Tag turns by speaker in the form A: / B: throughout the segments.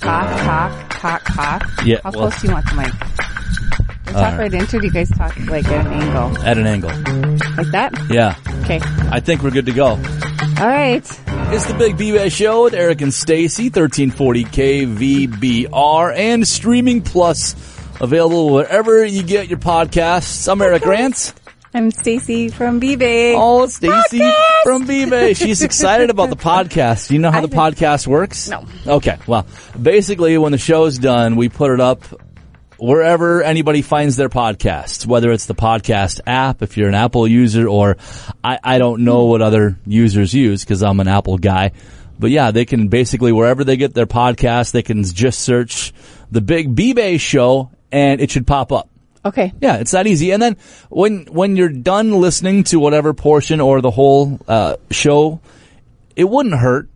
A: Cock, cock, cock, cock.
B: Yeah,
A: How
B: well- uh,
A: close do you want the mic? Do you talk right into? it, or Do you guys talk like at an angle,
B: at an angle.
A: like that?
B: Yeah.
A: Okay.
B: I think we're good to go.
A: All right.
B: It's the Big B-Bay Show with Eric and Stacy, 1340 KVBR, and streaming plus available wherever you get your podcasts. I'm Eric Grant.
A: I'm Stacy from B-Bay.
B: Oh, Stacy
A: Podcast!
B: from B-Bay. She's excited about the podcast. You know how
A: I
B: the
A: think-
B: podcast works?
A: No.
B: Okay. Well, basically when the show's done, we put it up wherever anybody finds their podcasts, whether it's the podcast app, if you're an Apple user, or I, I don't know what other users use because I'm an Apple guy. But yeah, they can basically, wherever they get their podcast, they can just search the Big B-Bay show and it should pop up.
A: Okay.
B: Yeah, it's that easy. And then when when you're done listening to whatever portion or the whole uh, show, it wouldn't hurt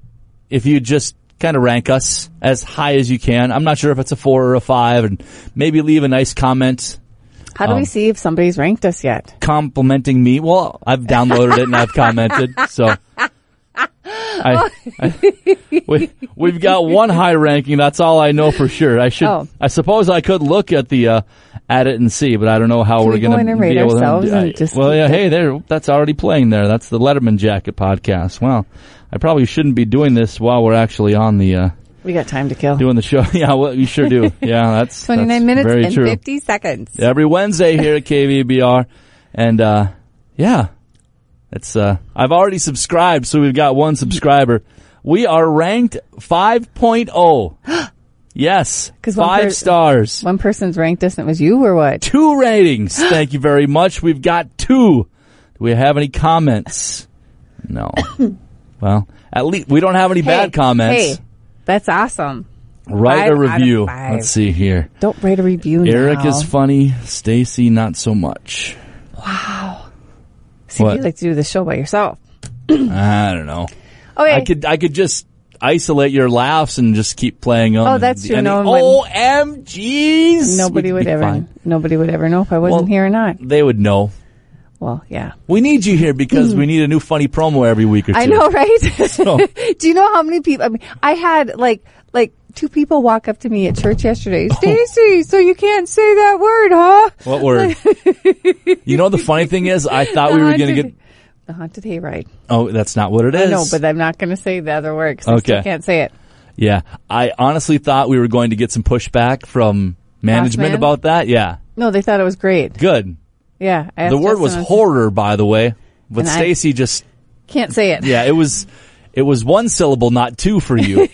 B: if you just kind of rank us as high as you can. I'm not sure if it's a four or a five, and maybe leave a nice comment
A: How
B: Um,
A: do we see if somebody's ranked us yet?
B: complimenting me. Well, I've downloaded it and I've commented, so. I, I- we, we've got one high ranking. That's all I know for sure. I should.
A: Oh.
B: I suppose I could look at the uh, at it and see, but I don't know how we're
A: we go
B: going
A: in
B: to
A: and
B: be
A: rate
B: able
A: ourselves
B: to. I-
A: and just
B: well, yeah.
A: keep
B: Hey, there. That's already playing there. That's the Letterman Jacket podcast. Well, I probably shouldn't be doing this while we're actually on the uh,
A: We got time to kill.
B: doing the show. yeah, well, you sure do. Yeah, that's
A: 29
B: that's
A: minutes
B: Very
A: and
B: true.
A: 50 seconds.
B: every Wednesday here at KVBR. And uh, yeah, it's uh, I've already subscribed, so we've got one subscriber. We are ranked 5.0. yes,
A: 'Cause one
B: five
A: per-
B: stars,
A: One person's ranked us and it was you or what?
B: two ratings. Thank you very much. We've got two. Do we have any comments? No. well, at least we don't have any
A: Hey,
B: bad
A: Hey,
B: comments.
A: that's awesome.
B: Write a
A: five out of
B: review.
A: five.
B: Let's see here.
A: Don't write a review
B: Eric
A: now.
B: is funny. Stacy, not so much.
A: See,
B: what?
A: you like to do the show by yourself.
B: I don't know.
A: Okay.
B: I could I could just isolate your laughs and just keep playing on.
A: Oh, that's true.
B: and
A: No
B: the-
A: one would-
B: OMGs.
A: Nobody
B: We'd
A: would
B: be
A: ever.
B: fine.
A: Nobody would ever know if I wasn't
B: Well-
A: here or not.
B: They would know.
A: Well, yeah.
B: We need you here because we need a new funny promo every week or two.
A: Hmm. I know, right? Do you know how many people? I mean, I had like like two people walk up to me at church yesterday.
B: Oh.
A: Stacy, so you can't say that word, huh?
B: What word? you know the funny thing is, I thought we were going to get.
A: the haunted hayride.
B: Oh, that's not what it
A: I
B: is.
A: know, but I'm not going to say the other word 'cause I still
B: Okay.
A: can't say it.
B: yeah, I honestly thought we were going to get some pushback from management
A: man?
B: about that. Yeah,
A: No, they thought it was great.
B: good.
A: Yeah, I
B: The
A: asked
B: word was
A: Justin, I
B: horror, by the way. But
A: And I-
B: Stacy just
A: Can't say it.
B: Yeah, it was it was one syllable, not two for you.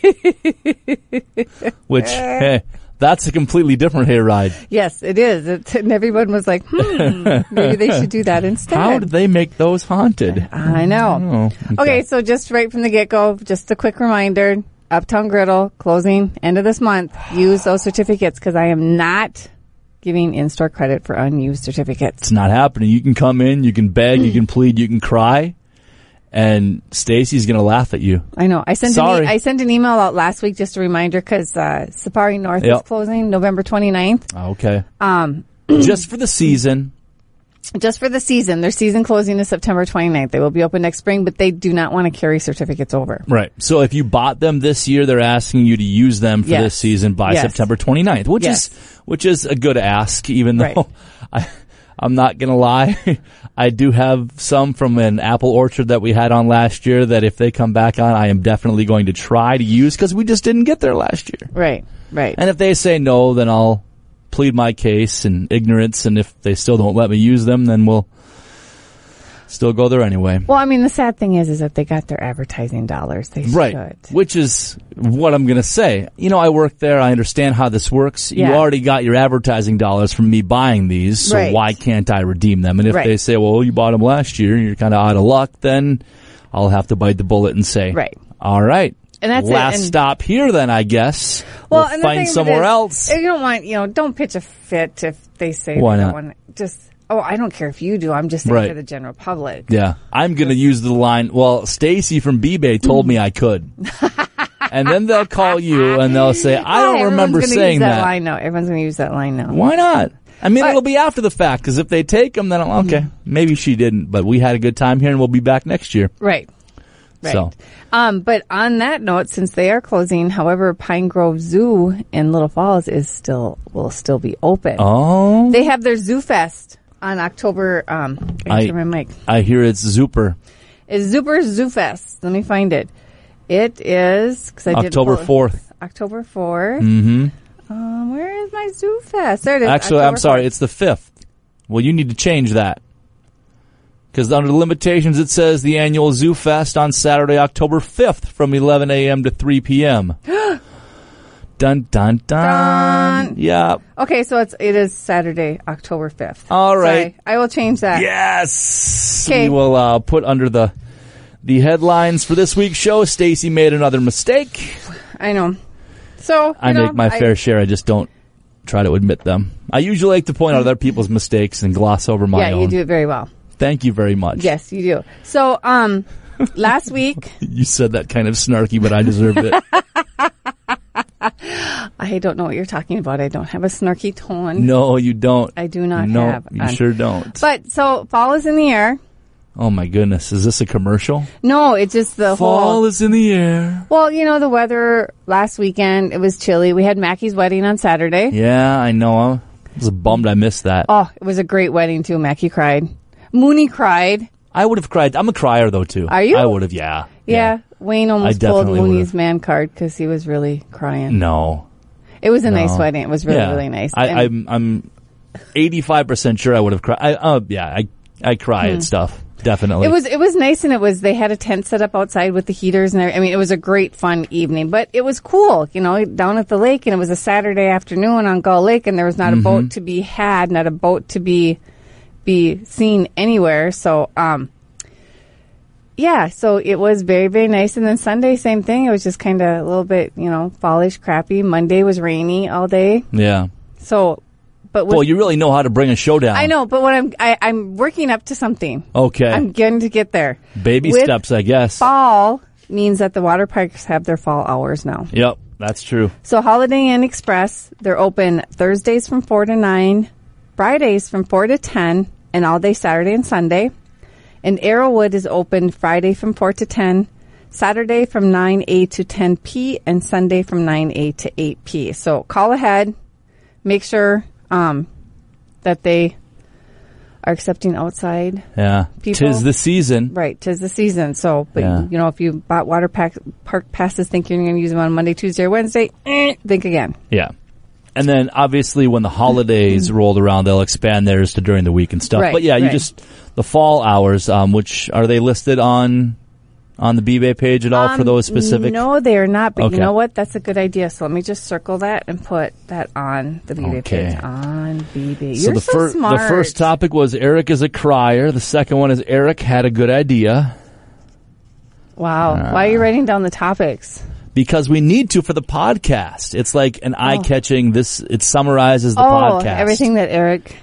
B: Which hey, that's a completely different hayride.
A: Yes, it is. It's, and everyone was like, hmm, maybe they should do that instead.
B: How did they make those haunted?
A: I know.
B: Oh, okay.
A: okay. so just right from the get go, just a quick reminder Uptown Griddle closing end of this month. Use those certificates because I am not giving in store credit for unused certificates.
B: It's not happening. You can come in, you can beg, you can plead, you can cry, and Stacy's gonna laugh at you.
A: I know. I sent An
B: Sorry.
A: e- I sent an email out last week, just a reminder because uh, Safari North is
B: Yep.
A: closing November 29th.
B: Okay.
A: Um,
B: Just for the season.
A: just for the season. Their season closing is September 29th. They will be open next spring, but they do not want to carry certificates over.
B: Right. So if you bought them this year, they're asking you to use them for
A: Yes.
B: this season by
A: Yes.
B: September 29th, which
A: Yes.
B: is which is a good ask even though
A: Right.
B: I I'm not going to lie. I do have some from an apple orchard that we had on last year that if they come back on, I am definitely going to try to use cuz we just didn't get there last year.
A: Right, right.
B: And if they say no, then I'll plead my case and ignorance and if they still don't let me use them, then we'll still go there anyway.
A: well, I mean, the sad thing is, is that they got their advertising dollars. They
B: Right.
A: should.
B: Which is what I'm going to say. You know, I work there. I understand how this works. You
A: Yeah.
B: already got your advertising dollars from me buying these, so
A: Right.
B: why can't I redeem them? And if
A: Right.
B: they say, well, you bought them last year and you're kind of out of luck, then I'll have to bite the bullet and say,
A: Right.
B: All right.
A: And that's it.
B: Last
A: And-
B: stop here, then, I guess. we'll
A: and the thing
B: find
A: of it
B: somewhere
A: is,
B: else.
A: You don't want, you know, don't pitch a fit if they say
B: Why
A: they don't
B: not?
A: want just. Oh, I don't care if you do. I'm just saying
B: Right.
A: for the general public.
B: Yeah, I'm gonna use the line. Well, Stacy from B-Bay told me I could, and then they'll call you and they'll say, "I
A: Ah,
B: don't
A: everyone's
B: remember
A: gonna
B: saying
A: use that, line now. Everyone's going to use that line now.
B: Why not? I mean,
A: But-
B: it'll be after the fact because if they take them, then
A: Mm-hmm.
B: I'll- okay, maybe she didn't. But we had a good time here, and we'll be back next year.
A: Right. Right.
B: So.
A: Um, but on that note, since they are closing, however, Pine Grove Zoo in Little Falls is still will still be open.
B: Oh,
A: They have their Zoo Fest on October. Um, I,
B: I-
A: my mic.
B: I hear it's Zuper,
A: It's Zuper Zoo Fest. Let me find it. It is 'cause I did
B: October
A: pull it-
B: fourth.
A: October 4th Mm-hmm. Um, where is my Zoo Fest? There it is.
B: Actually, I'm
A: October
B: sorry, it's the fifth. Well, you need to change that because under the limitations, it says the annual Zoo Fest on Saturday, October fifth, from 11 a.m. to 3 p.m. dun dun dun.
A: Dun.
B: Yeah.
A: 4th. Okay, so it's it is Saturday, October 5th.
B: All
A: Sorry,
B: right.
A: I will change that.
B: Yes.
A: Okay.
B: We will uh, put under the the headlines for this week's show. Stacy made another mistake.
A: I know. So you
B: I
A: know,
B: make my
A: I-
B: fair share. I just don't try to admit them. I usually like to point out other people's mistakes and gloss over my
A: Yeah,
B: own.
A: you do it very well.
B: Thank you very much.
A: Yes, you do. So, um, last week,
B: You said that kind of snarky, but I deserved it.
A: I don't know what you're talking about. I don't have a snarky tone.
B: no, you don't.
A: I do not
B: no,
A: have
B: You
A: on-
B: sure don't.
A: But so fall is in the air.
B: oh my goodness, is this a commercial?
A: No, it's just the
B: Fall
A: whole.
B: is in the air.
A: Well, you know the weather last weekend. It was chilly. We had Mackie's wedding on Saturday.
B: Yeah, I know. I was bummed I missed that.
A: Oh, it was a great wedding too. Mackie cried. Mooney cried.
B: I would have cried. I'm a crier though too.
A: Are you?
B: I would have. Yeah.
A: Yeah, Wayne almost
B: I
A: pulled
B: definitely would've.
A: Mooney's man card because he was really crying.
B: No.
A: It was a nice
B: No.
A: wedding. It was really
B: yeah.
A: really nice.
B: I,
A: And-
B: I'm I'm 85 percent sure I would have cried. I, uh, yeah, I I cry at stuff definitely.
A: Hmm. It was it was nice, and it was they had a tent set up outside with the heaters, and every- I mean it was a great fun evening. But it was cool, you know, down at the lake, and it was a Saturday afternoon on Gull Lake, and there was not a
B: Mm-hmm.
A: boat to be had, not a boat to be be seen anywhere. So, um, yeah, so it was very very nice. And then Sunday, same thing. It was just kind of a little bit, you know, fallish, crappy. Monday was rainy all day.
B: yeah.
A: So, but with,
B: Well, you really know how to bring a show down.
A: I know, but when I'm I, I'm working up to something.
B: Okay. Mm-hmm.
A: I'm going to get there.
B: Baby
A: With
B: steps, I guess.
A: fall means that the water parks have their fall hours now.
B: Yep, that's true.
A: So Holiday Inn Express, they're open Thursdays from 4 to 9, Fridays from 4 to 10, and all day Saturday and Sunday. And Arrowwood is open Friday from 4 to 10, Saturday from 9A to 10P, and Sunday from 9A to 8P. So call ahead, make sure um, that they are accepting outside
B: Yeah.
A: People-
B: Tis the season.
A: Right, 'tis the season. So, but
B: Yeah.
A: you know, if you bought water pack, park passes, think you're going to use them on Monday, Tuesday, or Wednesday, eh, think again.
B: Yeah. And then obviously when the holidays rolled around, they'll expand theirs to during the week and stuff.
A: Hmm. Right,
B: but yeah, you
A: right.
B: just the fall hours, um, which are they listed on on the BBay page at all for
A: Um,
B: those specific?
A: No, they are not. But
B: Okay.
A: you know what? That's a good idea. So let me just circle that and put that on the BB
B: Okay.
A: page. On BB,
B: So
A: you're
B: the,
A: so
B: fir-
A: smart.
B: the first topic was Eric is a crier. The second one is Eric had a good idea
A: Wow,
B: Ah.
A: why are you writing down the topics?
B: because we need to for the podcast. It's like an eye catching. This it summarizes the
A: oh,
B: podcast.
A: everything that Eric.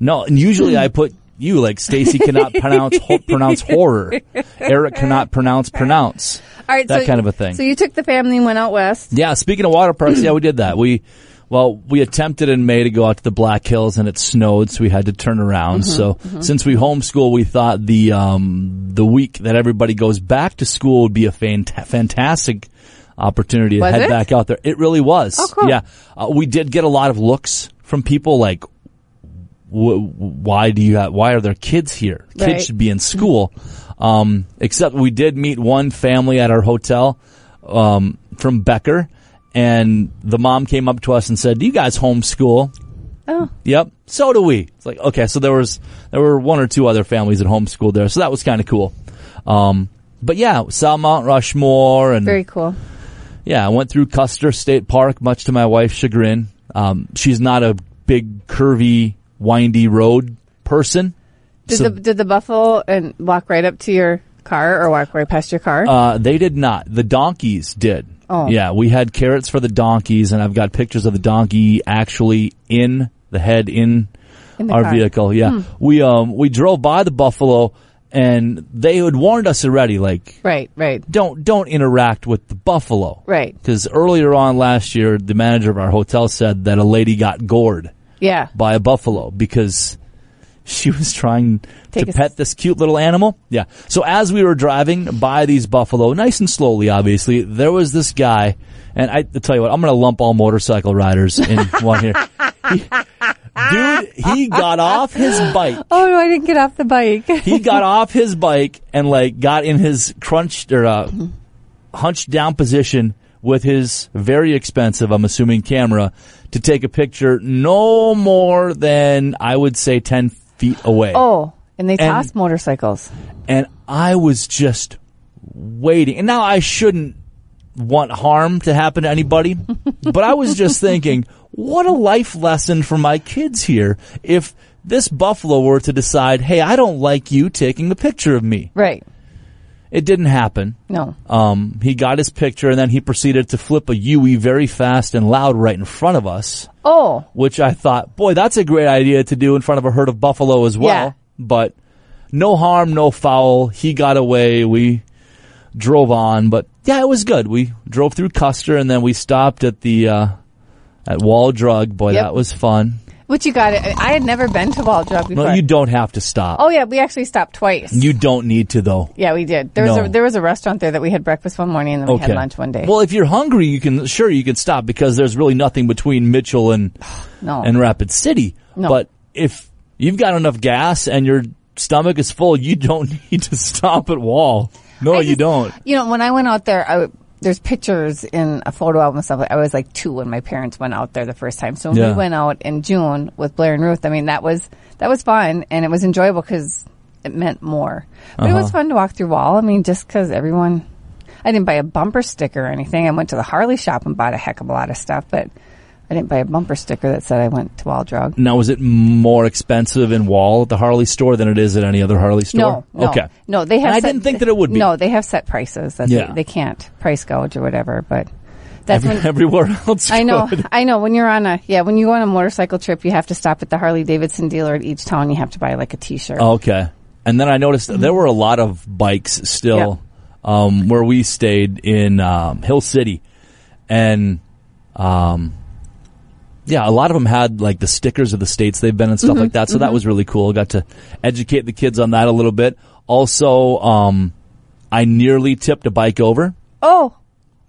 B: No, and usually I put you like Stacy cannot pronounce ho- pronounce horror. Eric cannot pronounce pronounce.
A: All right,
B: That
A: so-
B: kind of a thing.
A: So you took the family and went out west.
B: Yeah, speaking of water parks, yeah, we did that. We well, we attempted in May to go out to the Black Hills and it snowed, so we had to turn around.
A: Mm-hmm,
B: so since we homeschool, we thought the um, the week that everybody goes back to school would be a fant- fantastic opportunity to
A: Was
B: head
A: it?
B: back out there. It really was.
A: Oh, cool.
B: Yeah, uh, we did get a lot of looks from people like. "Wh- Why do you have? Why are there kids here? Kids
A: Right.
B: should be in school. Um, except we did meet one family at our hotel um, from Becker, and the mom came up to us and said, "Do you guys homeschool?"
A: Oh,
B: Yep. So do we. It's like okay. So there was there were one or two other families that homeschooled there, so that was kind of cool. Um, but yeah, saw Mount Rushmore, and
A: very cool.
B: yeah, I went through Custer State Park, much to my wife's chagrin. Um, she's not a big curvy, windy road person.
A: Did
B: So-
A: the did the buffalo and walk right up to your car or walk right past your car?
B: Uh, they did not. The donkeys did.
A: Oh.
B: Yeah, we had carrots for the donkeys, and I've got pictures of the donkey actually in the head in,
A: In the
B: our
A: car. Hmm.
B: vehicle. Yeah, we um we drove by the buffalo, and they had warned us already, like
A: right, right.
B: don't don't interact with the buffalo,
A: Right.
B: Because earlier on last year, the manager of our hotel said that a lady got gored
A: Yeah.
B: by a buffalo because she was trying
A: Take
B: to
A: a-
B: pet this cute little animal. Yeah. So as we were driving by these buffalo, nice and slowly, obviously, there was this guy, and I tell you what, I'm going to lump all motorcycle riders in one here. He- dude, he got off his bike.
A: Oh, no, I didn't get off the bike.
B: He got off his bike and like got in his crunched or uh, hunched down position with his very expensive, I'm assuming, camera to take a picture no more than I would say 10 feet away.
A: oh, and they
B: And-
A: toss motorcycles.
B: And I was just waiting. And now I shouldn't want harm to happen to anybody, but I was just thinking, what a life lesson for my kids here if this buffalo were to decide, hey, I don't like you taking a picture of me.
A: Right.
B: It didn't happen.
A: No.
B: Um, he got his picture and then he proceeded to flip a Yui very fast and loud right in front of us,
A: Oh,
B: which I thought, boy, that's a great idea to do in front of a herd of buffalo as well.
A: Yeah.
B: But no harm, no foul. He got away. We drove on, but yeah, it was good. We drove through Custer and then we stopped at the, uh, at Wall Drug. Boy,
A: Yep.
B: that was fun.
A: what you got? I I had never been to Ball Drop before.
B: No, you don't have to stop.
A: oh, yeah, we actually stopped twice.
B: You don't need to though.
A: yeah, we did. There was
B: No.
A: a, there was a restaurant there that we had breakfast one morning and then we had lunch one day.
B: Well, if you're hungry, you can sure you can stop because there's really nothing between Mitchell and
A: no.
B: and Rapid City.
A: Oh. No.
B: But if you've got enough gas and your stomach is full, you don't need to stop at Wall. No,
A: I
B: you
A: just-
B: don't.
A: You know, when I went out there, I w there's pictures in a photo album and stuff. I was like two when my parents went out there the first time. So when
B: Yeah.
A: we went out in June with Blair and Ruth, I mean that was that was fun and it was enjoyable because it meant more. But it
B: Uh-huh.
A: was fun to walk through Wall. I mean, just because everyone. I didn't buy a bumper sticker or anything. I went to the Harley shop and bought a heck of a lot of stuff, but I didn't buy a bumper sticker that said I went to Wall Drug.
B: Now, is it more expensive in Wall at the Harley store than it is at any other Harley store?
A: No, no,
B: Okay.
A: no. They have.
B: And I
A: set-
B: didn't think that it would be.
A: No, they have set prices that
B: Yeah.
A: they, they can't price gouge or whatever. But that's
B: Every,
A: when
B: everywhere else.
A: I know,
B: could.
A: I know. When you're on a yeah, when you go on a motorcycle trip, you have to stop at the Harley Davidson dealer at each town. You have to buy like a T-shirt.
B: Okay. And then I noticed that there were a lot of bikes still um, where we stayed in um, Hill City. And um, yeah, a lot of them had like the stickers of the states they've been in stuff like that. So that was really cool. Got to educate the kids on that a little bit. Also, um, I nearly tipped a bike over
A: Oh,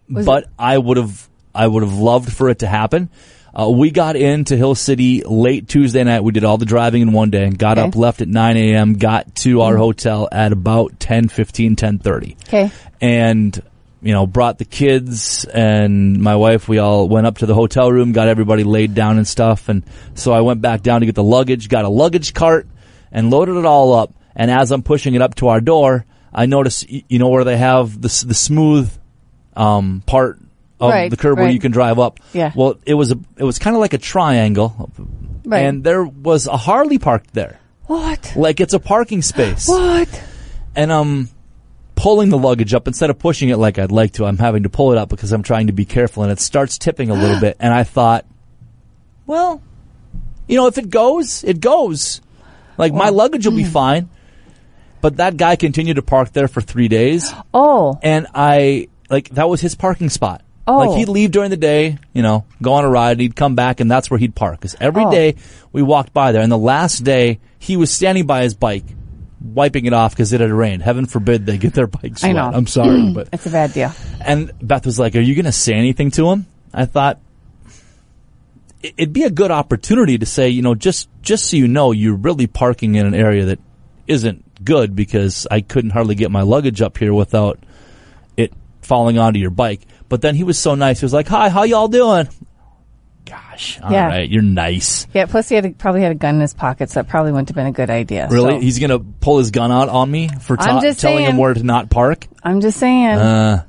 B: but I would have I would have loved for it to happen. Uh, we got into Hill City late Tuesday night. We did all the driving in one day and got
A: Okay.
B: up, left at 9 a.m., got to our hotel at about 10, 10.30.
A: okay.
B: And, you know, brought the kids and my wife. We all went up to the hotel room, got everybody laid down and stuff. And so I went back down to get the luggage, got a luggage cart and loaded it all up. And as I'm pushing it up to our door, I notice, y- you know, where they have the, s- the smooth um, part of
A: Right,
B: the curb where
A: right.
B: you can drive up.
A: Yeah.
B: Well, it was a, it was kind of like a triangle,
A: Right.
B: and there was a Harley parked there,
A: What?
B: like it's a parking space.
A: What?
B: and I'm pulling the luggage up instead of pushing it like I'd like to. I'm having to pull it up because I'm trying to be careful, and it starts tipping a little bit. And I thought, well, you know, if it goes, it goes. Like my luggage will be fine. But that guy continued to park there for three days
A: Oh,
B: and I like that was his parking spot.
A: Oh.
B: Like he'd leave during the day, you know, go on a ride, he'd come back, and that's where he'd park. Because every day
A: Oh.
B: we walked by there, and the last day he was standing by his bike, wiping it off because it had rained. Heaven forbid they get their bikes
A: I
B: wet.
A: know.
B: I'm sorry, but
A: it's a bad deal.
B: and Beth was like, "Are you going to say anything to him?" I thought "It- it'd be a good opportunity to say, you know, just just so you know, you're really parking in an area that isn't good because I couldn't hardly get my luggage up here without it falling onto your bike. But then he was so nice. He was like, "Hi, how y'all doing?" Gosh, all
A: Yeah.
B: right, you're nice.
A: Yeah. Plus, he had a, probably had a gun in his pocket, so that probably wouldn't have been a good idea.
B: Really,
A: So,
B: he's gonna pull his gun out on me for
A: I'm
B: ta- telling
A: just
B: him
A: saying.
B: where to not park.
A: I'm just saying.
B: Uh,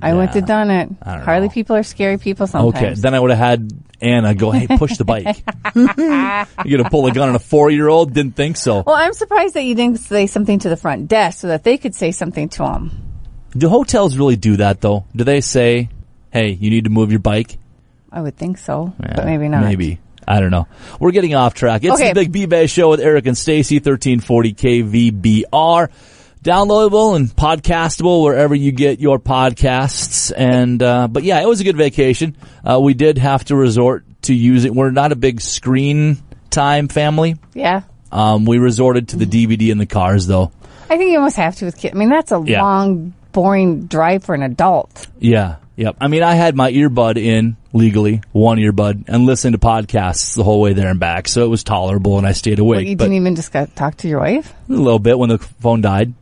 A: I went to
B: yeah.
A: done it.
B: I don't
A: Harley
B: know.
A: people are scary people sometimes.
B: Okay, then I would have had Anna go, "Hey, push the bike." You're gonna pull a gun on a four-year-old? Didn't think so.
A: Well, I'm surprised that you didn't say something to the front desk so that they could say something to him.
B: Do hotels really do that though? Do they say, "Hey, you need to move your bike"?
A: I would think so,
B: Yeah,
A: but maybe not.
B: Maybe I don't know. We're getting off track. It's
A: Okay.
B: the Big B Bay Show with Eric and Stacy, thirteen forty KVBR. Downloadable and podcastable wherever you get your podcasts. And uh, but yeah, it was a good vacation. Uh, we did have to resort to using. We're not a big screen time family.
A: Yeah.
B: Um, we resorted to the DVD in the cars, though.
A: I think you almost have to with kids. I mean, that's a
B: Yeah.
A: long, boring drive for an adult.
B: Yeah. Yep. I mean, I had my earbud in legally, one earbud, and listened to podcasts the whole way there and back, so it was tolerable, and I stayed
A: But
B: awake.
A: you
B: But
A: didn't even discuss, talk to your wife?
B: a little bit when the phone died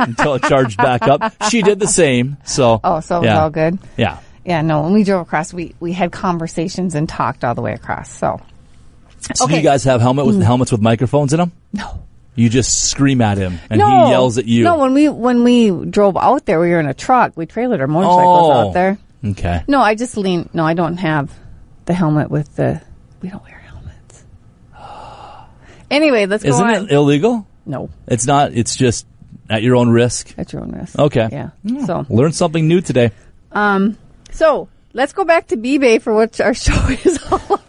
B: until it charged back up. She did the same. So
A: Oh, so it was
B: yeah.
A: all good?
B: Yeah.
A: Yeah, no, when we drove across, we, we had conversations and talked all the way across. So,
B: So do
A: Okay. Mm.
B: you guys have helmet with helmets with microphones in them?
A: no.
B: You just scream at him, and
A: no.
B: he yells at you.
A: No, when we, when we drove out there, we were in a truck. We trailered our motorcycles
B: oh,
A: out there.
B: okay.
A: No, I just lean. No, I don't have the helmet with the. We don't wear helmets. Anyway, let's go
B: Isn't
A: on.
B: it illegal?
A: no,
B: It's not. It's just at your own risk.
A: at your own risk.
B: Okay. Hmm.
A: Yeah. So,
B: Learn something new today.
A: Um, so let's go back to B-Bay for what our show is all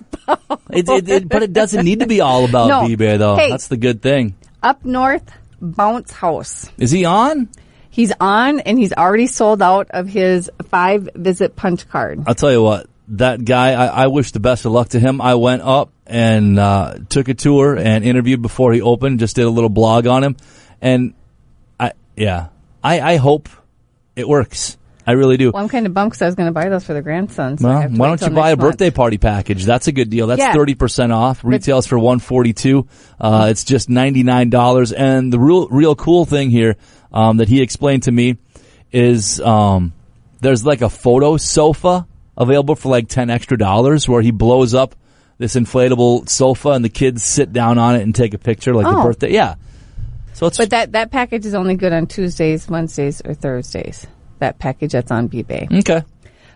B: It, it, it, but it doesn't need to be all about
A: No.
B: eBay, though.
A: Hey.
B: That's the good thing.
A: up north. Bounce House.
B: Is he on?
A: He's on and he's already sold out of his five visit punch card.
B: I'll tell you what. That guy, I, I wish the best of luck to him. I went up and uh, took a tour and interviewed before he opened. Just did a little blog on him, and I, yeah, I, I hope it works. I really do.
A: Well, I'm kind of bummed because I was going to buy those for the grandson. So I
B: Well,
A: have to
B: why
A: wait
B: don't
A: till
B: you buy a
A: next month.
B: birthday party package? That's a good deal. That's
A: Yeah.
B: thirty percent off. Retails for one forty two. Uh, it's just ninety nine dollars. And the real, real cool thing here um, that he explained to me is um, there's like a photo sofa available for like ten extra dollars, where he blows up this inflatable sofa and the kids sit down on it and take a picture, like the
A: Oh.
B: birthday. Yeah. So it's
A: But that, that package is only good on Tuesdays, Wednesdays, or Thursdays. That package that's on B-Bay.
B: okay.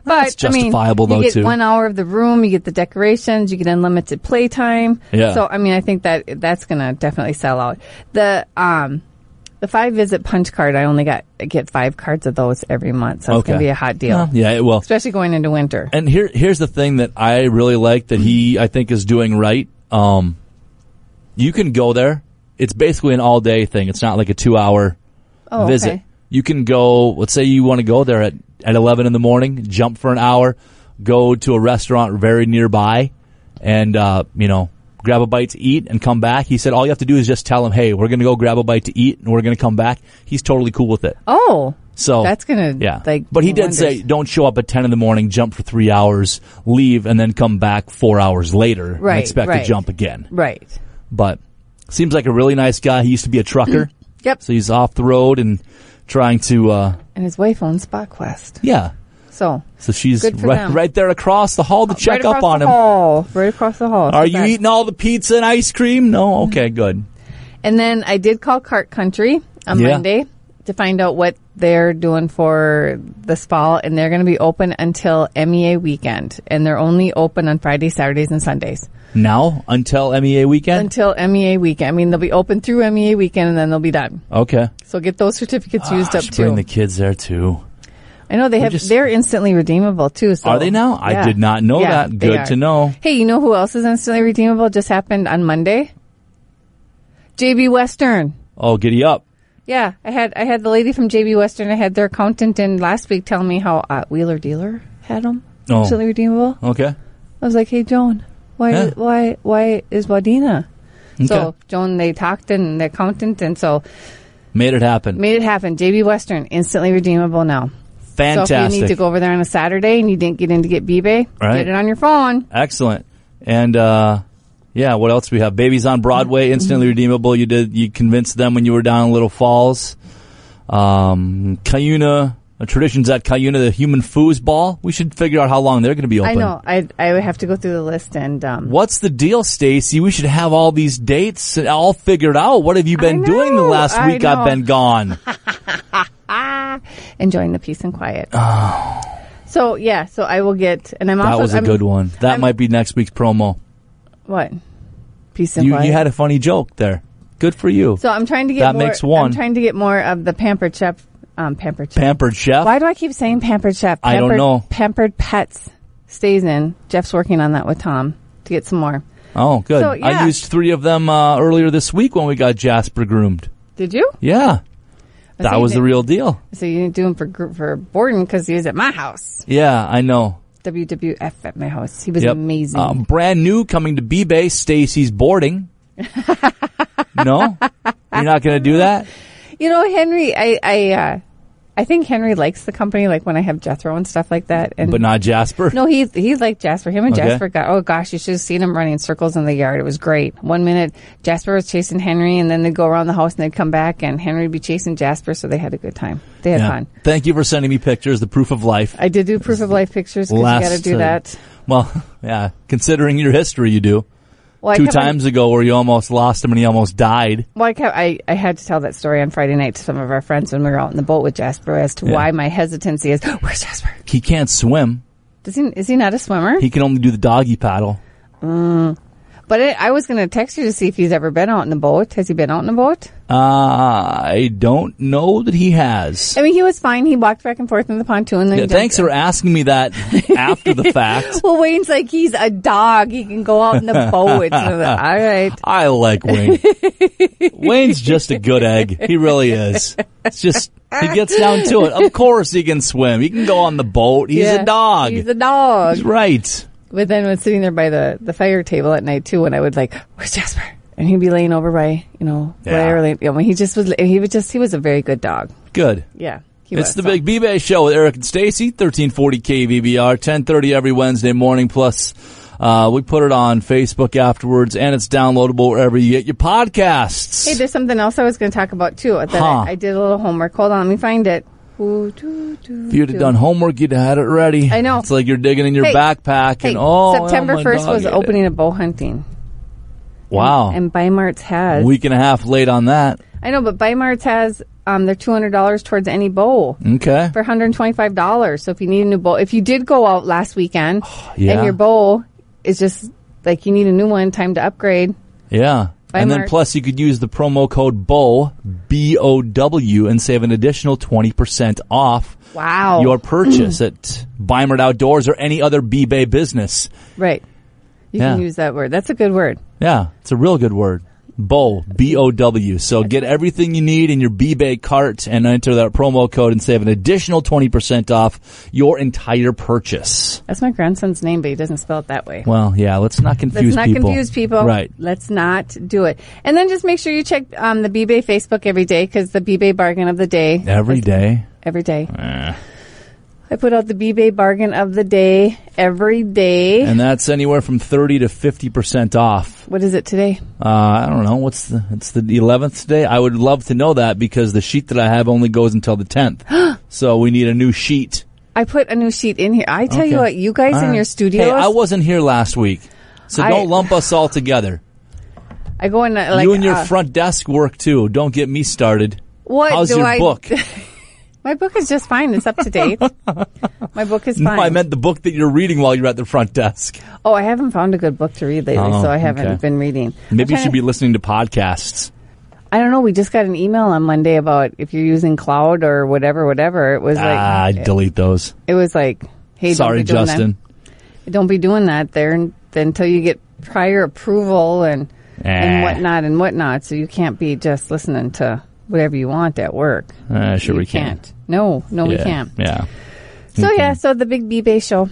A: But
B: That's justifiable,
A: I mean,
B: though,
A: you get
B: too.
A: One hour of the room, you get the decorations, you get unlimited playtime.
B: Yeah.
A: So I mean, I think that that's going to definitely sell out. The um, the five visit punch card, I only got I get five cards of those every month, so it's
B: Okay.
A: going to be a hot deal,
B: Well, yeah, it will.
A: especially going into winter.
B: And here, here's the thing that I really like that he, I think, is doing right. Um, you can go there. It's basically an all day thing. It's not like a two hour
A: oh,
B: visit.
A: okay.
B: You can go, let's say you want to go there at, at 11 in the morning, jump for an hour, go to a restaurant very nearby and, uh, you know, grab a bite to eat and come back. He said all you have to do is just tell him, hey, we're going to go grab a bite to eat and we're going to come back. He's totally cool with it.
A: Oh,
B: So
A: That's gonna,
B: yeah.
A: like,
B: but he
A: do
B: did say
A: wonders.
B: don't show up at ten in the morning, jump for three hours, leave, and then come back four hours later and
A: Right,
B: expect
A: right.
B: to jump again.
A: right.
B: But seems like a really nice guy. He used to be a trucker,
A: Yep.
B: so he's off the road and trying to uh,
A: and his wife owns Spot Quest,
B: yeah.
A: so
B: So she's
A: Good for
B: right,
A: them.
B: right there across the hall to
A: right
B: check
A: across
B: up on
A: the
B: him.
A: Hall, right across the hall.
B: Are
A: So
B: you
A: that-
B: eating all the pizza and ice cream? No, okay, good.
A: And then I did call Cart Country on
B: Yeah.
A: Monday to find out what they're doing for this fall, and they're going to be open until MEA weekend, and they're only open on Fridays, Saturdays, and Sundays
B: Now until MEA weekend.
A: until MEA weekend. I mean, they'll be open through MEA weekend, and then they'll be done.
B: Okay,
A: So get those certificates used up
B: Should
A: too.
B: bring the kids there too.
A: I know they have.
B: just-
A: they're instantly redeemable too. So
B: Are they now? I
A: Yeah.
B: did not know
A: Yeah,
B: that.
A: they
B: Good
A: are.
B: to know.
A: Hey, you know who else is instantly redeemable? Just happened on Monday. JB Western.
B: Oh, giddy up.
A: Yeah, I had I had the lady from JB Western. I had their accountant in last week tell me how uh, Wheeler Dealer had them
B: Oh.
A: absolutely redeemable.
B: Okay.
A: I was like, "Hey, Joan, why
B: Yeah.
A: why why is Wadena?"
B: Okay.
A: So Joan, they talked and the accountant, and so
B: Made it happen.
A: made it happen. JB Western instantly redeemable now. So if
B: Fantastic.
A: you need to go over there on a Saturday and you didn't get in to get B-Bay,
B: Right.
A: get it on your phone.
B: Excellent. And uh, yeah, what else we have? Babies on
A: Mm-hmm.
B: Broadway, instantly redeemable. You did. You convinced them when you were down in Little Falls. Um, Cuyuna uh, traditions at Cuyuna, the human foosball. We should figure out how long they're going to be open.
A: I know. I I would have to go through the list and um,
B: What's the deal, Stacy? We should have all these dates all figured out. What have you been
A: I
B: doing the
A: know,
B: last
A: I
B: week? I've
A: know.
B: been gone.
A: ah, enjoying the peace and quiet. So yeah, so I will get, and I'm
B: Ah. That
A: also
B: was a
A: I'm-
B: good one. That
A: I'm-
B: might be next week's promo.
A: What? Peace and
B: You,
A: quiet.
B: you had a funny joke there. Good for you.
A: so I'm trying to get
B: that
A: more,
B: makes one.
A: I'm trying to get more of the pampered chef. Um, pampered chef.
B: Pampered chef.
A: Why do I keep saying pampered chef?
B: I don't
A: Pampered-
B: know.
A: Pampered pets stays in. Jeff's working on that with Tom to get some more.
B: Oh, good.
A: So,
B: I
A: yeah.
B: used three of them uh, earlier this week when we got Jasper groomed.
A: Did you?
B: Yeah, that
A: you
B: was the
A: did-
B: real deal.
A: So you didn't do him for gr- for Borden because he was at my house.
B: Yeah, I know.
A: WWF at my house. He was
B: Yep.
A: amazing.
B: Um, brand new coming to B Bay, Stacy's boarding. no? You're not going to do that?
A: you know, Henry, I, I, uh, I think Henry likes the company. Like when I have Jethro and stuff like that. And
B: But not Jasper?
A: No, he he liked Jasper. Him and
B: Okay.
A: Jasper got. Oh gosh, you should have seen him running in circles in the yard. It was great. One minute Jasper was chasing Henry, and then they'd go around the house and they'd come back, and Henry would be chasing Jasper. So they had a good time. They had
B: Yeah.
A: fun.
B: Thank you for sending me pictures, the proof of life.
A: I did do proof of life pictures because you
B: Last,
A: got to do
B: uh,
A: that.
B: Well, yeah, considering your history, you do.
A: Well, I
B: Two
A: kept on-
B: times ago where you almost lost him and he almost died.
A: Well, I, kept, I I had to tell that story on Friday night to some of our friends when we were out in the boat with Jasper as to why my hesitancy is. Where's Jasper?
B: He can't swim.
A: Does he is he not a swimmer?
B: He can only do the doggy paddle.
A: but it, I was going to text you to see if he's ever been out in the boat. Has he been out in the boat?
B: Uh, I don't know that he has.
A: I mean, he was fine. He walked back and forth in the pontoon. Then he
B: Yeah,
A: jumped
B: thanks for asking me that after the fact.
A: Well, Wayne's like he's a dog. He can go out in the boat. And I'm like, All right.
B: I like Wayne. Wayne's just a good egg. He really is. It's just, he gets down to it. Of course he can swim. He can go on the boat. He's
A: Yeah,
B: a dog.
A: He's a dog.
B: He's right.
A: But then when sitting there by the, the fire table at night too, when I would like, where's Jasper? And he'd be laying over by, you know,
B: Yeah.
A: whatever. Lane. You know, he just was, he was just, he was a very good dog.
B: Good.
A: Yeah. He
B: It's
A: was,
B: the
A: so.
B: Big B-Bay Show with Eric and Stacy, 1340 KVBR, 1030 every Wednesday morning. Plus, uh, we put it on Facebook afterwards, and it's downloadable wherever you get your podcasts.
A: Hey, there's something else I was going to talk about too. That
B: Huh.
A: I, I did a little homework. Hold on, let me find it. Ooh, doo, doo,
B: if you'd have
A: doo.
B: done homework, you'd have had it ready.
A: I know.
B: It's like you're digging in your
A: Hey,
B: backpack,
A: Hey,
B: and oh, well,
A: September
B: my
A: 1st
B: dog
A: was
B: ate it.
A: opening of bow hunting.
B: Wow.
A: And Bimarts has.
B: Week and a half late on that.
A: I know, but Bimarts has um, their $200 towards any bowl.
B: Okay.
A: for $125. So if you need a new bowl, if you did go out last weekend
B: yeah.
A: and your bowl is just like you need a new one, time to upgrade.
B: Yeah.
A: By
B: and then
A: March.
B: plus you could use the promo code BOW, B-O-W, and save an additional 20% off
A: Wow.
B: your purchase at Bimert Outdoors or any other B-Bay business.
A: right. You
B: Yeah.
A: can use that word. That's a good word.
B: Yeah, it's a real good word. BOW, B-O-W. So get everything you need in your B-Bay cart and enter that promo code and save an additional 20% off your entire purchase.
A: That's my grandson's name, but he doesn't spell it that way.
B: Well, yeah, let's not confuse
A: Let's not
B: people.
A: confuse people.
B: Right.
A: Let's not do it. And then just make sure you check um, the B-Bay Facebook every day because the B-Bay bargain of the day.
B: Every day.
A: Every day. I put out the B-Bay bargain of the day every day.
B: And that's anywhere from 30 to 50% off.
A: what is it today?
B: Uh, I don't know. What's the? It's the eleventh day. I would love to know that because the sheet that I have only goes until the tenth. so we need a new sheet.
A: I put a new sheet in here. I tell
B: Okay.
A: you what, you guys
B: All
A: in
B: right.
A: your studios,
B: Hey, I wasn't here last week, so
A: I-
B: don't lump us all together.
A: I go in uh, like
B: you and your
A: uh,
B: front desk work too. Don't get me started.
A: What
B: How's
A: do
B: your
A: I-
B: book?
A: My book is just fine. It's up to date. My book is
B: No,
A: fine.
B: I meant the book that you're reading while you're at the front desk.
A: oh, I haven't found a good book to read lately,
B: Oh,
A: so I haven't
B: okay.
A: been reading. I'm
B: Maybe you
A: trying to-
B: should be listening to podcasts.
A: I don't know. We just got an email on Monday about if you're using cloud or whatever, whatever. It was like
B: Ah, delete those.
A: it was like, hey,
B: Sorry,
A: don't be doing
B: Justin.
A: That. Don't be doing that there and, until you get prior approval and and
B: Eh.
A: whatnot and whatnot. So you can't be just listening to whatever you want at work.
B: Uh, sure,
A: You
B: we can.
A: not No, no, we
B: Yeah,
A: can't.
B: Yeah,
A: So yeah, so the Big B Bay show.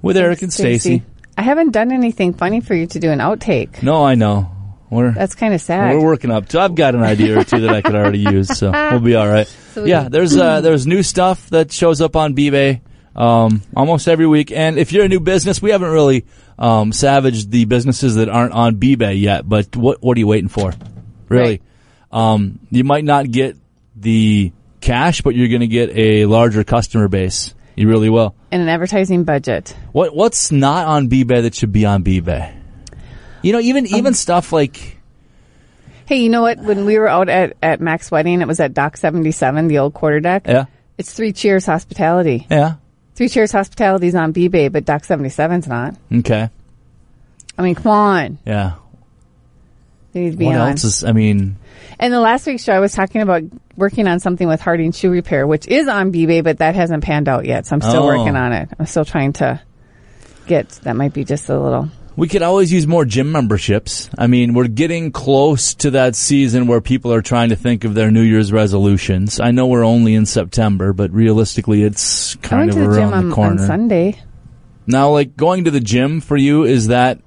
B: with Eric and Stacy.
A: I haven't done anything funny for you to do an outtake.
B: No, I know. We're
A: That's kind of sad.
B: We're working up to. I've got an idea or two that I could already use, so we'll be all right.
A: Sweet.
B: yeah, there's uh, there's new stuff that shows up on B-Bay um, almost every week, and if you're a new business, we haven't really um, savaged the businesses that aren't on B-Bay yet. But what what are you waiting for? Really, um, you might not get the cash, but you're going to get a larger customer base. You really will.
A: in an advertising budget.
B: What what's not on B-Bay that should be on B-Bay? You know, even even stuff like.
A: Hey, you know what? When we were out at, at Mac's wedding, it was at Dock 77, the old quarterdeck.
B: Yeah,
A: It's Three Cheers Hospitality.
B: yeah,
A: Three Cheers Hospitality's on B-Bay, but Dock 77's not.
B: okay,
A: I mean, come on.
B: yeah.
A: They need to be
B: What
A: on.
B: else is? I mean,
A: and the last week's show, I was talking about working on something with Harding Shoe Repair, which is on B-Bay, but that hasn't panned out yet. So I'm still
B: Oh.
A: working on it. I'm still trying to get, that might be just a little.
B: we could always use more gym memberships. I mean, we're getting close to that season where people are trying to think of their New Year's resolutions. I know we're only in September, but realistically, it's
A: I
B: kind
A: went
B: of
A: to the
B: around
A: gym on,
B: the
A: on
B: corner.
A: Sunday.
B: Now, like going to the gym for you is that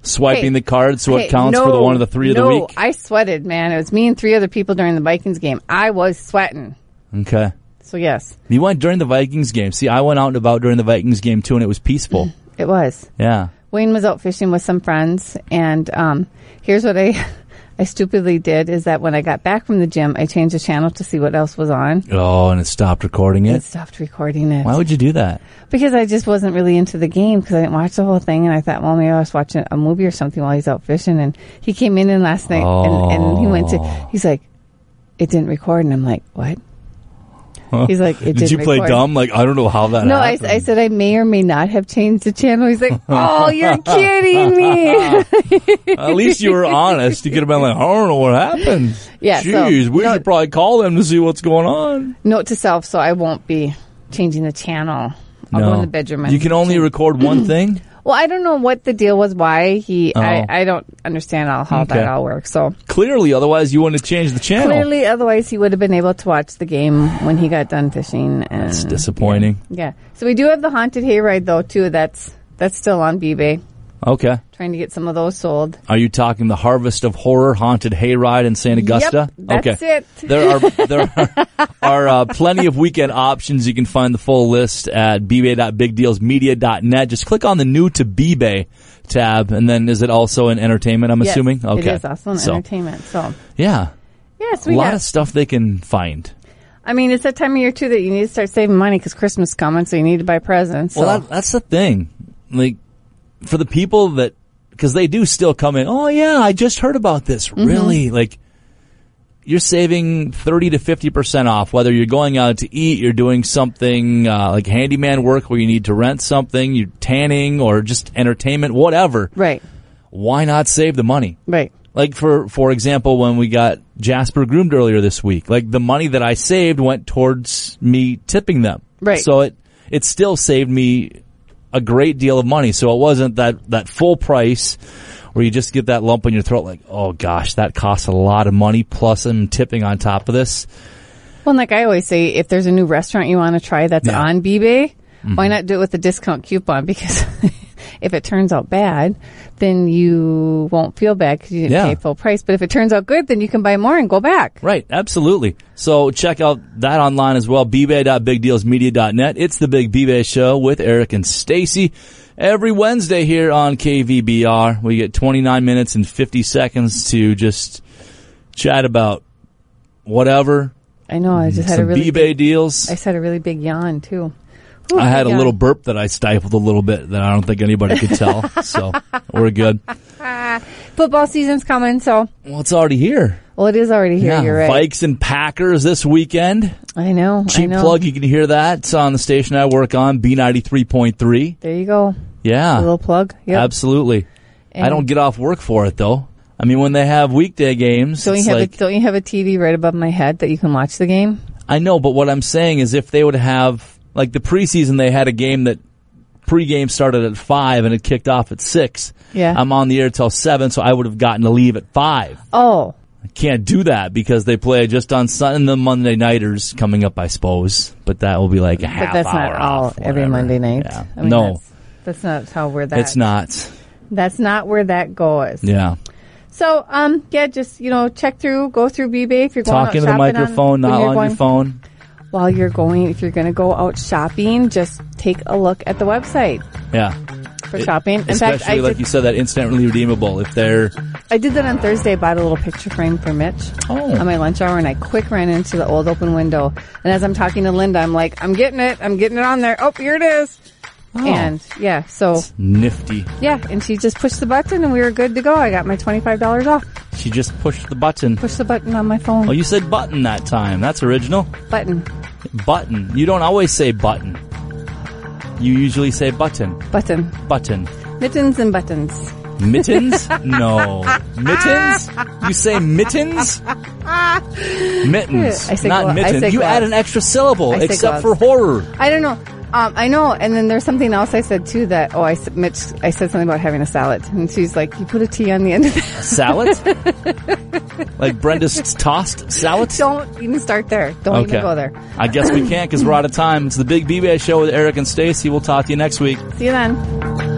B: swiping
A: Hey,
B: the card so
A: hey,
B: it counts for the
A: no,
B: one of the three
A: no,
B: of the week?
A: I sweated, man. It was me and three other people during the Vikings game. I was sweating.
B: Okay.
A: So yes,
B: You went during the Vikings game. See, I went out and about during the Vikings game too, and it was peaceful.
A: it was.
B: yeah.
A: Wayne was out fishing with some friends, and um, here's what I I stupidly did is that when I got back from the gym, I changed the channel to see what else was on
B: Oh, and it stopped recording
A: and
B: it.
A: stopped recording it
B: Why would you do that?
A: because I just wasn't really into the game because I didn't watch the whole thing, and I thought, well, maybe I was watching a movie or something while he's out fishing. And he came in and last night, and, and he went to
B: Oh.
A: he's like, it didn't record, and I'm like, what? He's like, it
B: Did you
A: didn't
B: play
A: record.
B: dumb? Like I don't know how that.
A: No, I,
B: happened.
A: I said I may or may not have changed the channel. He's like, "Oh, you're kidding me!"
B: At least you were honest. You could have been like, I don't know what happened.
A: Yeah, so-
B: Jeez, we should probably call them to see what's going on.
A: Note to self: so I won't be changing the channel. I'll go in the bedroom. And
B: You can only record one thing.
A: Well, I don't know what the deal was. Why he? I,
B: Oh.
A: I don't understand all how
B: Okay.
A: that all works. So
B: Clearly, otherwise you wouldn't have changed the channel.
A: clearly, otherwise he would have been able to watch the game when he got done fishing. And
B: It's disappointing.
A: yeah, so we do have the haunted hayride though too. That's that's still on eBay.
B: Okay.
A: Trying to get some of those sold.
B: Are you talking the Harvest of Horror haunted hayride in St. Augusta?
A: Yep, that's
B: okay.
A: it.
B: There are there are, are uh, plenty of weekend options. You can find the full list at bbay.bigdealsmedia.net. Just click on the new to bbay tab, and then is it also in entertainment? I'm
A: Yes,
B: assuming. Okay,
A: it is also an
B: so,
A: entertainment. So
B: Yeah,
A: yes,
B: a
A: we
B: lot
A: got.
B: of stuff they can find.
A: I mean, it's that time of year too that you need to start saving money because Christmas is coming, so you need to buy presents. so.
B: Well, that, that's the thing. Like for the people that because they do still come in. Oh yeah, I just heard about this. Really, like you're saving thirty to fifty percent off. Whether you're going out to eat, you're doing something uh, like handyman work where you need to rent something, you're tanning or just entertainment, whatever.
A: right,
B: Why not save the money?
A: right.
B: Like for for example, when we got Jasper groomed earlier this week, like the money that I saved went towards me tipping them.
A: Right.
B: So it it still saved me a great deal of money. So it wasn't that that full price where you just get that lump in your throat, like oh gosh, that costs a lot of money plus I'm tipping on top of this.
A: Well, and like I always say, if there's a new restaurant you want to try that's
B: Yeah. Mm-hmm.
A: on B-Bay, why not do it with a discount coupon? Because if it turns out bad, then you won't feel bad because you didn't pay
B: Yeah.
A: full price. But if it turns out good, then you can buy more and go back.
B: Right, absolutely. So check out that online as well, bbay.bigdealsmedia.net. It's the Big B-Bay Show with Eric and Stacy every Wednesday here on KVBR. We get 29 minutes and 50 seconds to just chat about whatever,
A: I know. I just had a
B: Mm-hmm. some
A: really,
B: B-Bay deals.
A: I just had a really big yawn too. Ooh,
B: I had a
A: yeah.
B: little burp that I stifled a little bit that I don't think anybody could tell. so we're good.
A: football season's coming. So,
B: Well, it's already here.
A: well, it is already here. you're right.
B: Vikes and Packers this weekend.
A: I know. I
B: Cheap
A: know.
B: plug, you can hear that It's on the station I work on, B93.3.
A: There you go.
B: Yeah,
A: A little plug. Yep.
B: absolutely. I
A: And-
B: don't get off work for it though. I mean, when they have weekday games,
A: Don't you
B: it's
A: have
B: like,
A: a, don't you have a TV right above my head that you can watch the game?
B: I know, but what I'm saying is if they would have, like the preseason, they had a game that pregame started at five and it kicked off at six.
A: Yeah.
B: I'm on the air till seven, so I would have gotten to leave at five.
A: Oh,
B: I can't do that because they play just on Sunday and the Monday nighters coming up, I suppose. But that will be like a half
A: But that's
B: hour
A: not all
B: off,
A: every
B: whatever.
A: Monday night.
B: Yeah.
A: I mean,
B: no,
A: that's, that's not how we're that.
B: it's not.
A: That's not where that goes.
B: Yeah.
A: So, um, yeah, just you know, check through, go through B-Bay if you're going
B: Talking to
A: out
B: the
A: shopping on-
B: microphone,
A: when
B: not
A: you're
B: on
A: going-
B: your phone.
A: While you're going, if you're going to go out shopping, just take a look at the website
B: Yeah.
A: for
B: It-
A: shopping. In
B: Especially
A: fact, I
B: like
A: did,
B: you said, that instantly redeemable. If they're
A: I did that on Thursday. I bought a little picture frame for Mitch
B: Oh.
A: on my lunch hour, and I quick ran into the old open window. And as I'm talking to Linda, I'm like, "I'm getting it. I'm getting it on there. Oh, here it is."
B: Oh.
A: And yeah, so
B: nifty,
A: Yeah, and she just pushed the button and we were good to go. I got my $25 off.
B: she just pushed the button.
A: Push the button on my phone.
B: Oh, you said button that time. That's original.
A: Button.
B: Button. You don't always say button. You usually say button.
A: Button.
B: Button.
A: Mittens and buttons.
B: Mittens? no. Mittens? You say mittens? Mittens.
A: I say
B: not
A: glo- I
B: mittens.
A: say
B: you add
A: gloves.
B: an extra syllable,
A: I say gloves.
B: except for horror.
A: I don't know. Um, I know, and then there's something else I said too that oh I s- Mitch I said something about having a salad, and she's like, "You put a T on the end of that."
B: Salad? like Brenda's tossed salad?
A: Don't even start there. Don't even go there.
B: I guess we can't because we're out of time. It's the Big BBA Show with Eric and Stacy. We'll talk to you next week.
A: See you then.